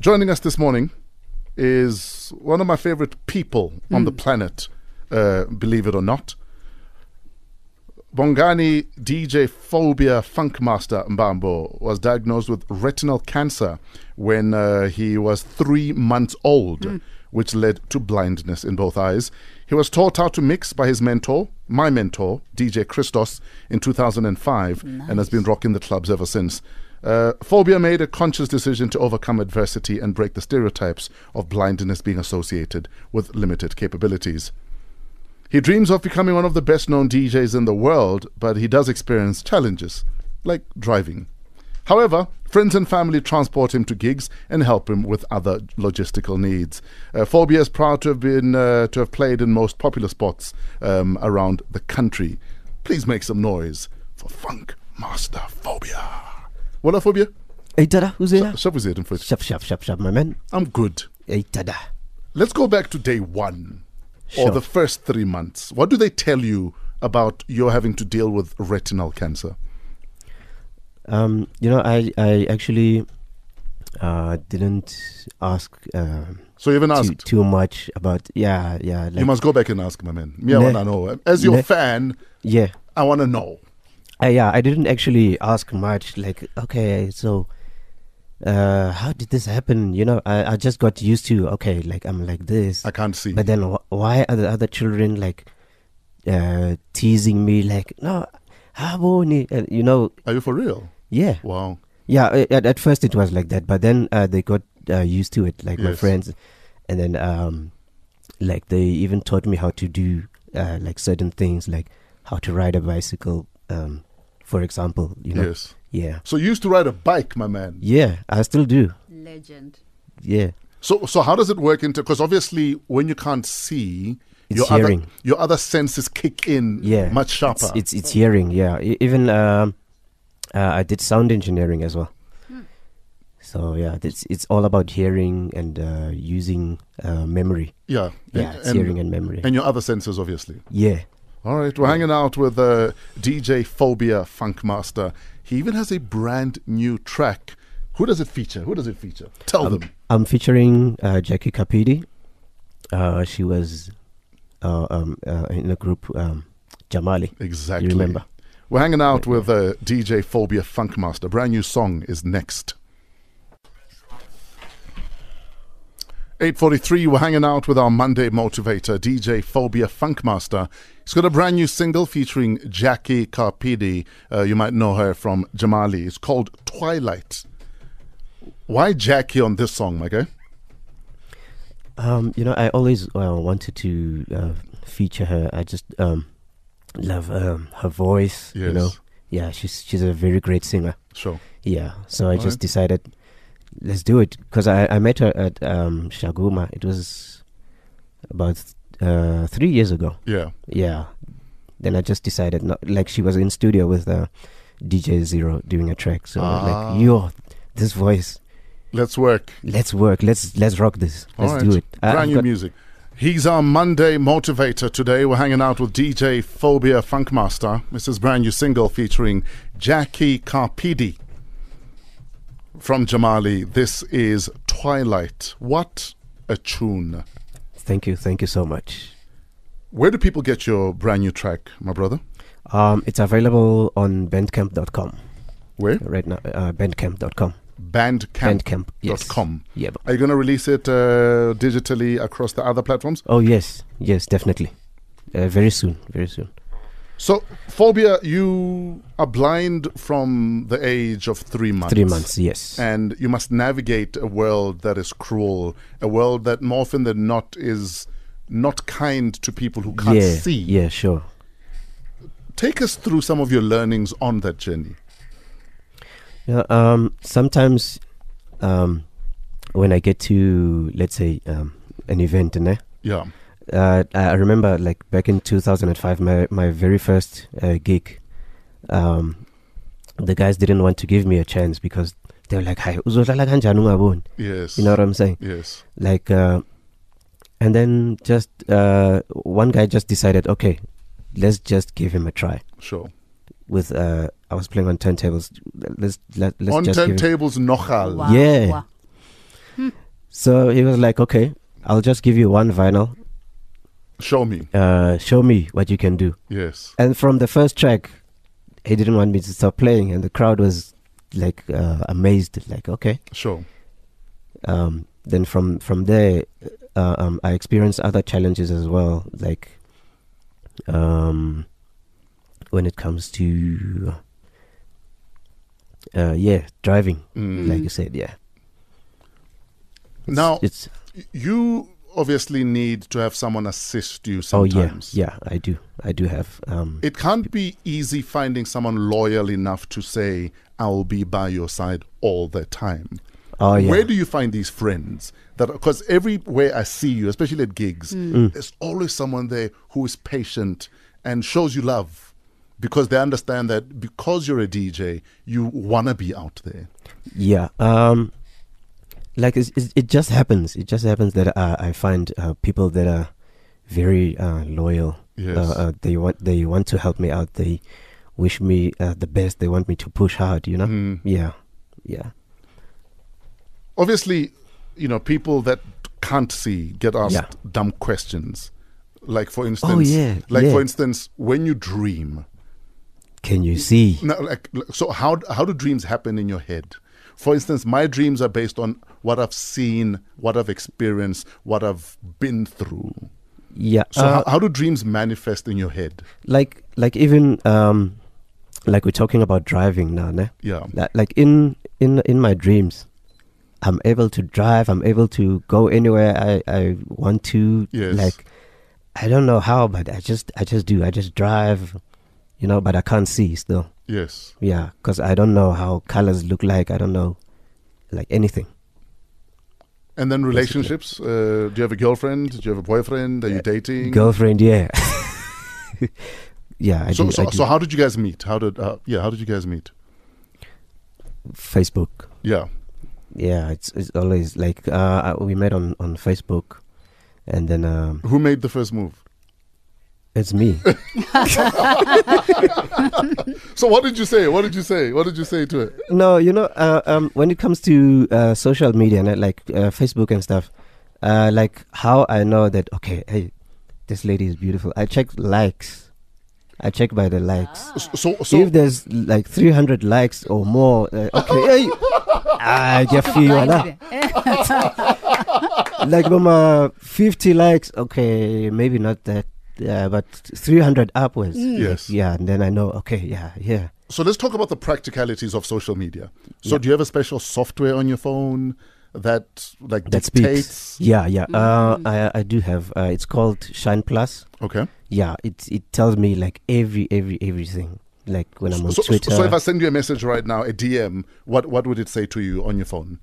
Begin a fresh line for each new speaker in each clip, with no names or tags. Joining us this morning is one of my favorite people on the planet, uh, believe it or not. Bongani DJ Phobia Funkmaster Mbambo was diagnosed with retinal cancer when uh, he was three months old, which led to blindness in both eyes. He was taught how to mix by his mentor, my mentor, DJ Christos, in 2005 and has been rocking the clubs ever since. Uh, Phobia made a conscious decision to overcome adversity and break the stereotypes of blindness being associated with limited capabilities. He dreams of becoming one of the best known DJs in the world, but he does experience challenges, like driving. However, friends and family transport him to gigs and help him with other logistical needs. Uh, Phobia is proud to have been uh, to have played in most popular spots um, around the country. Please make some noise for Funk Master Phobia. What up, Phobia?
Hey Tada, who's there?
Shall we see it in first?
Shab shab shab shab, my man.
I'm good.
Hey Tada.
Let's go back to day one or
Sure.
the first three months. What do they tell you about your having to deal with retinal cancer?
Um, you know, I I actually uh didn't ask um
So you haven't
too,
asked.
too much about yeah yeah like,
you must go back and ask, my man. Me, I
Ne-
want to know. As your
ne-
fan,
yeah
I want to know.
Uh, yeah I didn't actually ask much like okay so uh how did this happen you know I I just got used to okay like I'm like this
I can't see.
But then wh- why are the other children like uh, teasing me like no, haboni, uh, you know,
Are you for real?
yeah,
Wow.
yeah. uh, At, at first it was like that, but then uh, they got uh, used to it, like my
Yes.
friends, and then um, like they even taught me how to do uh, like certain things, like how to ride a bicycle, um, for example, you know,
Yes.
yeah,
So you used to ride a bike, my man.
yeah. I still do,
Legend.
yeah.
So so how does it work into? Because obviously, when you can't see,
It's
your other
hearing.
your other senses kick in
yeah
much
it's-
sharper.
it's it's, hearing yeah E- even um uh, i did sound engineering as well so yeah it's it's all about hearing and uh using uh memory
yeah.
yeah it's hearing and memory
and your other senses, obviously.
yeah
All right, we're hanging out with uh, DJ Phobia Funkmaster. He even has a brand new track. Who does it feature? Who does it feature? Tell them.
i'm featuring uh jackie capidi uh she was uh, um uh, in a group um jamali
Exactly.
you remember.
We're hanging out with uh, DJ Phobia Funkmaster. Brand new song is next. 8.43, we're hanging out with our Monday motivator, DJ Phobia Funkmaster. He's got a brand new single featuring Jackie Carpidi. Uh, you might know her from Jamali. It's called Twilight. Why Jackie on this song, my guy?
Um, you know, I always uh, wanted to uh, feature her. I just um, love um, her voice. You know,
Yes.
yeah, she's she's a very great singer.
Sure.
Yeah, so I just
Alright.
decided let's do it because I, I met her at um, Shaguma. It was about uh, three years ago.
Yeah.
Yeah, then I just decided not like she was in studio with uh, DJ Zero doing a track. So I was
Ah.
like, yo, this voice,
Let's work.
let's work, let's let's rock this, let's
All right.
do it. I- I've
Brand new
got-
music. He's our Monday motivator today. We're hanging out with DJ Phobia Funkmaster. This is brand new single featuring Jackie Carpidi from Jamali. This is Twilight. What a tune.
Thank you, thank you so much.
Where do people get your brand new track, my brother?
Um, it's available on bandcamp.com
Where?
right now. Uh, bandcamp.com.
Bandcamp.com.
Bandcamp. Yes. Yeah. but-
Are you going to release it uh, digitally across the other platforms?
Oh yes, yes, definitely. Uh, very soon, very soon.
So, Phobia, you are blind from the age of three months.
Three months. Yes.
and you must navigate a world that is cruel, a world that more often than not is not kind to people who can't
yeah.
see.
Yeah. Sure.
Take us through some of your learnings on that journey.
Yeah, um, sometimes, um, when I get to let's say um, an event, and
Yeah.
uh, I I remember like back in 2005, my my very first uh, gig, um, the guys didn't want to give me a chance because they were like, "Hi, uzodlala kanjani ungaboni?"
Yes.
You know what I'm saying?
yes.
Like, uh, and then just uh, one guy just decided, okay, let's just give him a try.
Sure.
With uh, I was playing on turntables. Let's let, let's
on
just give him,
turntables, nochal.
Yeah. So he was like, okay, I'll just give you one vinyl.
Show me.
Uh, show me what you can do.
Yes.
And from the first track, he didn't want me to stop playing, and the crowd was like uh, amazed, like, okay.
Sure.
Um, then from from there, uh, um, I experienced other challenges as well, like um, when it comes to uh, yeah, driving.
Mm.
Like you said, yeah. It's-
Now-
it's
You obviously need to have someone assist you
oh
sometimes.
yeah, yeah. I do, I do have. Um,
It can't be easy finding someone loyal enough to say, I'll be by your side all the time.
oh yeah.
Where do you find these friends? That Because everywhere I see you, especially at gigs,
Mm.
there's always someone there who is patient and shows you love because they understand that because you're a DJ, you want to be out there.
Yeah. Um, like it's, it's, it just happens. It just happens that uh, I find uh, people that are very uh, loyal.
Yes.
Uh, uh, they want they want to help me out. They wish me uh, the best. They want me to push hard. You know.
Mm.
Yeah. Yeah.
Obviously, you know, people that can't see get asked
Yeah. Oh,
dumb questions. Like, for instance,
yeah,
like,
yeah.
for instance, when you dream,
Can you see?
No, like like, so how how do dreams happen in your head? For instance, my dreams are based on what I've seen, what I've experienced, what I've been through.
Yeah.
So
uh,
how, how do dreams manifest in your head?
like like even um, like we're talking about driving now, ne?
Yeah.
Like, like in in in my dreams. I'm able to drive. I'm able to go anywhere I, I want to.
Yes.
Like I don't know how, but I just I just do. I just drive, you know. But I can't see still.
Yes.
Yeah, because I don't know how colors look like. I don't know, like anything.
And then relationships. Uh, do you have a girlfriend? Do you have a boyfriend? Are
Uh,
you dating?
Girlfriend, yeah, yeah. I
so
do.
so,
I do.
so how did you guys meet? How did uh, yeah? How did you guys meet?
Facebook.
Yeah.
Yeah, it's it's always like uh, I- we met on on Facebook, and then um,
Who made the first move?
it's me.
So what did you say? What did you say? What did you say to it?
no, you know, uh, um, when it comes to uh, social media, and, uh, like uh, Facebook and stuff, uh, like how I know that okay, hey, this lady is beautiful. I check likes. I check by the likes.
So so
if there's like 300 likes or more, uh, okay, hey, I get feel like, like mama, 50 likes, okay, maybe not that, uh, but 300 upwards.
Yes.
Yeah, and then I know, okay, yeah, yeah.
So let's talk about the practicalities of social media. So do you have a special software on your phone that like
That
dictates?
speaks. Yeah, yeah. Uh,
Mm-hmm.
I, I do have. Uh, it's called Shine Plus.
Okay.
Yeah, it it tells me like every every everything. Like when I'm on
So, so-
Twitter,
so if I send you a message right now, a DM, what what would it say to you on your phone?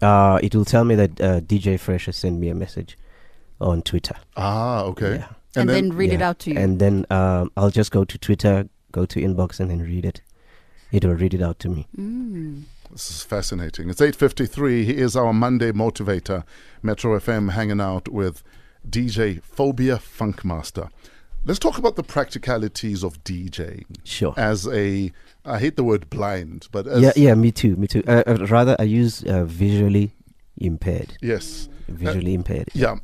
uh, it will tell me that uh, DJ Fresh has sent me a message on Twitter.
Ah, okay.
Yeah.
and, then, read it
Yeah.
out to you.
And then um, I'll just go to Twitter, go to inbox, and then read it. It will read it out to me.
This is fascinating. It's 8.53. He is our Monday motivator, Metro FM, hanging out with DJ Phobia Funkmaster. Let's talk about the practicalities of DJing
Sure.
as a, I hate the word blind, but Uh, as,
yeah, yeah. Me too. Me too. Uh, uh, rather, I use uh, visually impaired.
yes.
Visually impaired.
Uh, Yeah.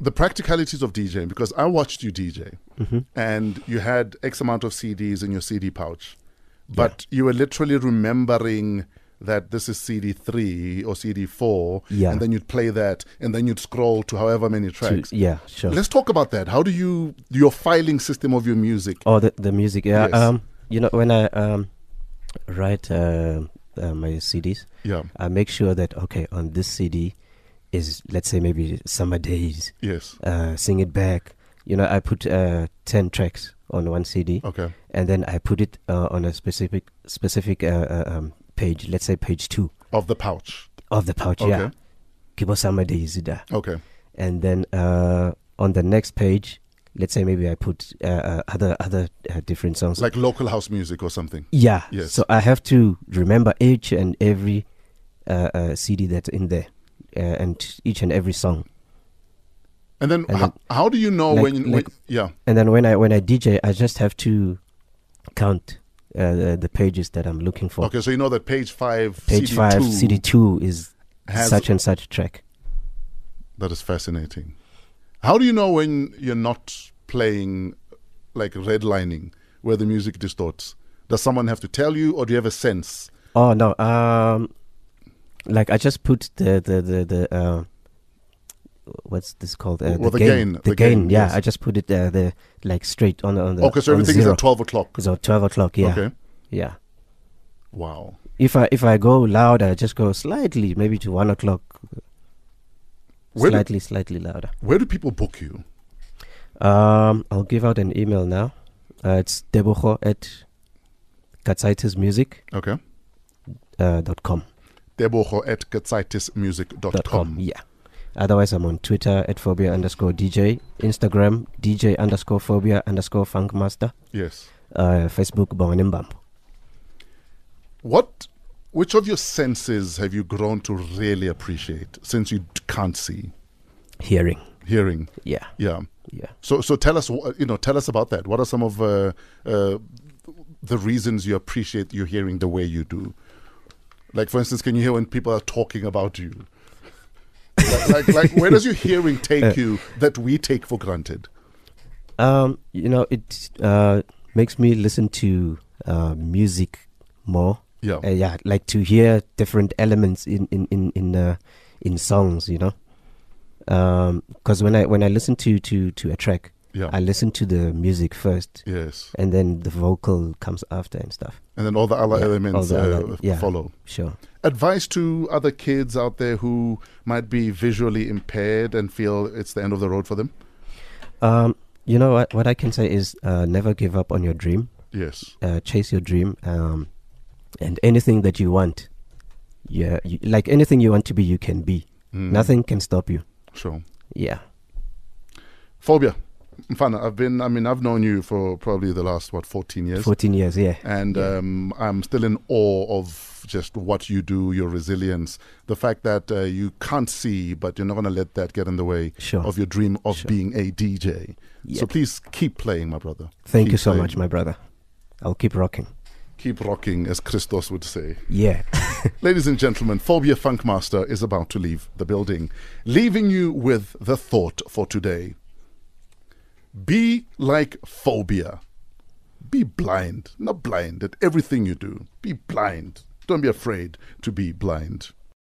The practicalities of DJing, because I watched you DJ
Mm-hmm.
and you had X amount of CDs in your CD pouch, but you were literally remembering that this is CD three or CD four,
Yeah.
and then you'd play that, and then you'd scroll to however many
To-
tracks.
yeah. Sure.
Let's talk about that. How do you your filing system of your music?
Oh, the the music. Yeah.
Yes.
Um, you know, when I um write uh, uh, my CDs,
Yeah.
I make sure that okay, on this CD is let's say maybe summer days.
Yes.
Uh, sing it back. You know, I put uh ten tracks on one CD,
Okay.
and then I put it uh, on a specific specific uh, uh, um page. Let's say page two
Of the pouch.
of the pouch. Yeah.
Okay.
Kibo summer days. Ida.
Okay.
And then uh, on the next page, let's say maybe I put uh, uh, other other uh, different songs.
Like local house music or something.
Yeah.
Yes.
So I have to remember each and every uh, uh, CD that's in there, uh, and each and every song.
And then,
And
how, how do you know
like-
when, you- when?
like-
Yeah.
And then when I when I DJ, I just have to count uh, the, the pages that I'm looking for.
Okay. So you know that page five,
Page
CD
five,
two,
CD two is
has
such and such track.
that is fascinating. How do you know when you're not playing, like redlining, where the music distorts? Does someone have to tell you, or do you have a sense?
Oh no. Um, like I just put the the the the uh, what's this called? Uh,
Well, the gain,
The,
the
gain.
gain,
Yeah,
yes.
I just put it uh, the like straight on the on the.
okay, so
on
everything is
zero.
at twelve o'clock.
So twelve o'clock. Yeah.
Okay.
Yeah.
Wow.
If I if I go loud, I just go slightly, maybe to one o'clock,
Where do,
slightly slightly louder.
where do people book you?
Um, I'll give out an email now. Uh, it's deboho at katsaitismusic
Okay.
uh, dot com.
Deboho at katsaitismusic.com.
dot com. Yeah. Otherwise, I'm on Twitter at phobia underscore DJ, Instagram DJ underscore phobia underscore funkmaster,
Yes.
uh, Facebook Bongimbambo.
What, which of your senses have you grown to really appreciate since you d- can't see,
Hearing.
hearing?
Yeah.
Yeah.
Yeah.
So, so tell us, wh- you know, tell us about that. What are some of uh, uh, the reasons you appreciate your hearing the way you do? Like, for instance, can you hear when people are talking about you? like, like, like, where does your hearing
Uh,
take you that we take for granted?
Um, you know, it uh, makes me listen to uh, music more.
Yeah,
Uh, yeah, like to hear different elements in in in in uh, in songs. You know, because when I when I listen to to to a track,
yeah,
I listen to the music first,
yes.
and then the vocal comes after and stuff.
And then all the other
Yeah, all
elements
the
uh,
other- yeah.
follow.
Sure.
Advice to other kids out there who might be visually impaired and feel it's the end of the road for them.
Um, you know what? What I can say is uh, never give up on your dream.
Yes,
Uh, chase your dream, um, and anything that you want, yeah, you, like anything you want to be, you can be.
Mm,
Nothing can stop you.
Sure.
Yeah.
Phobia. Mfana, I've been, I mean, I've known you for probably the last, what, 14 years.
Fourteen years. Yeah.
And
Yeah.
um, I'm still in awe of just what you do, your resilience, the fact that uh, you can't see, but you're not going to let that get in the way
Sure.
of your dream of
Sure.
being a DJ.
Yeah.
So please keep playing, my brother.
Thank
keep
you so
playing.
much, my brother. I'll keep rocking.
Keep rocking, as Christos would say.
Yeah.
Ladies and gentlemen, Phobia Funkmaster is about to leave the building, leaving you with the thought for today. Be like phobia. Be blind, not blind at everything you do. Be blind. Don't be afraid to be blind.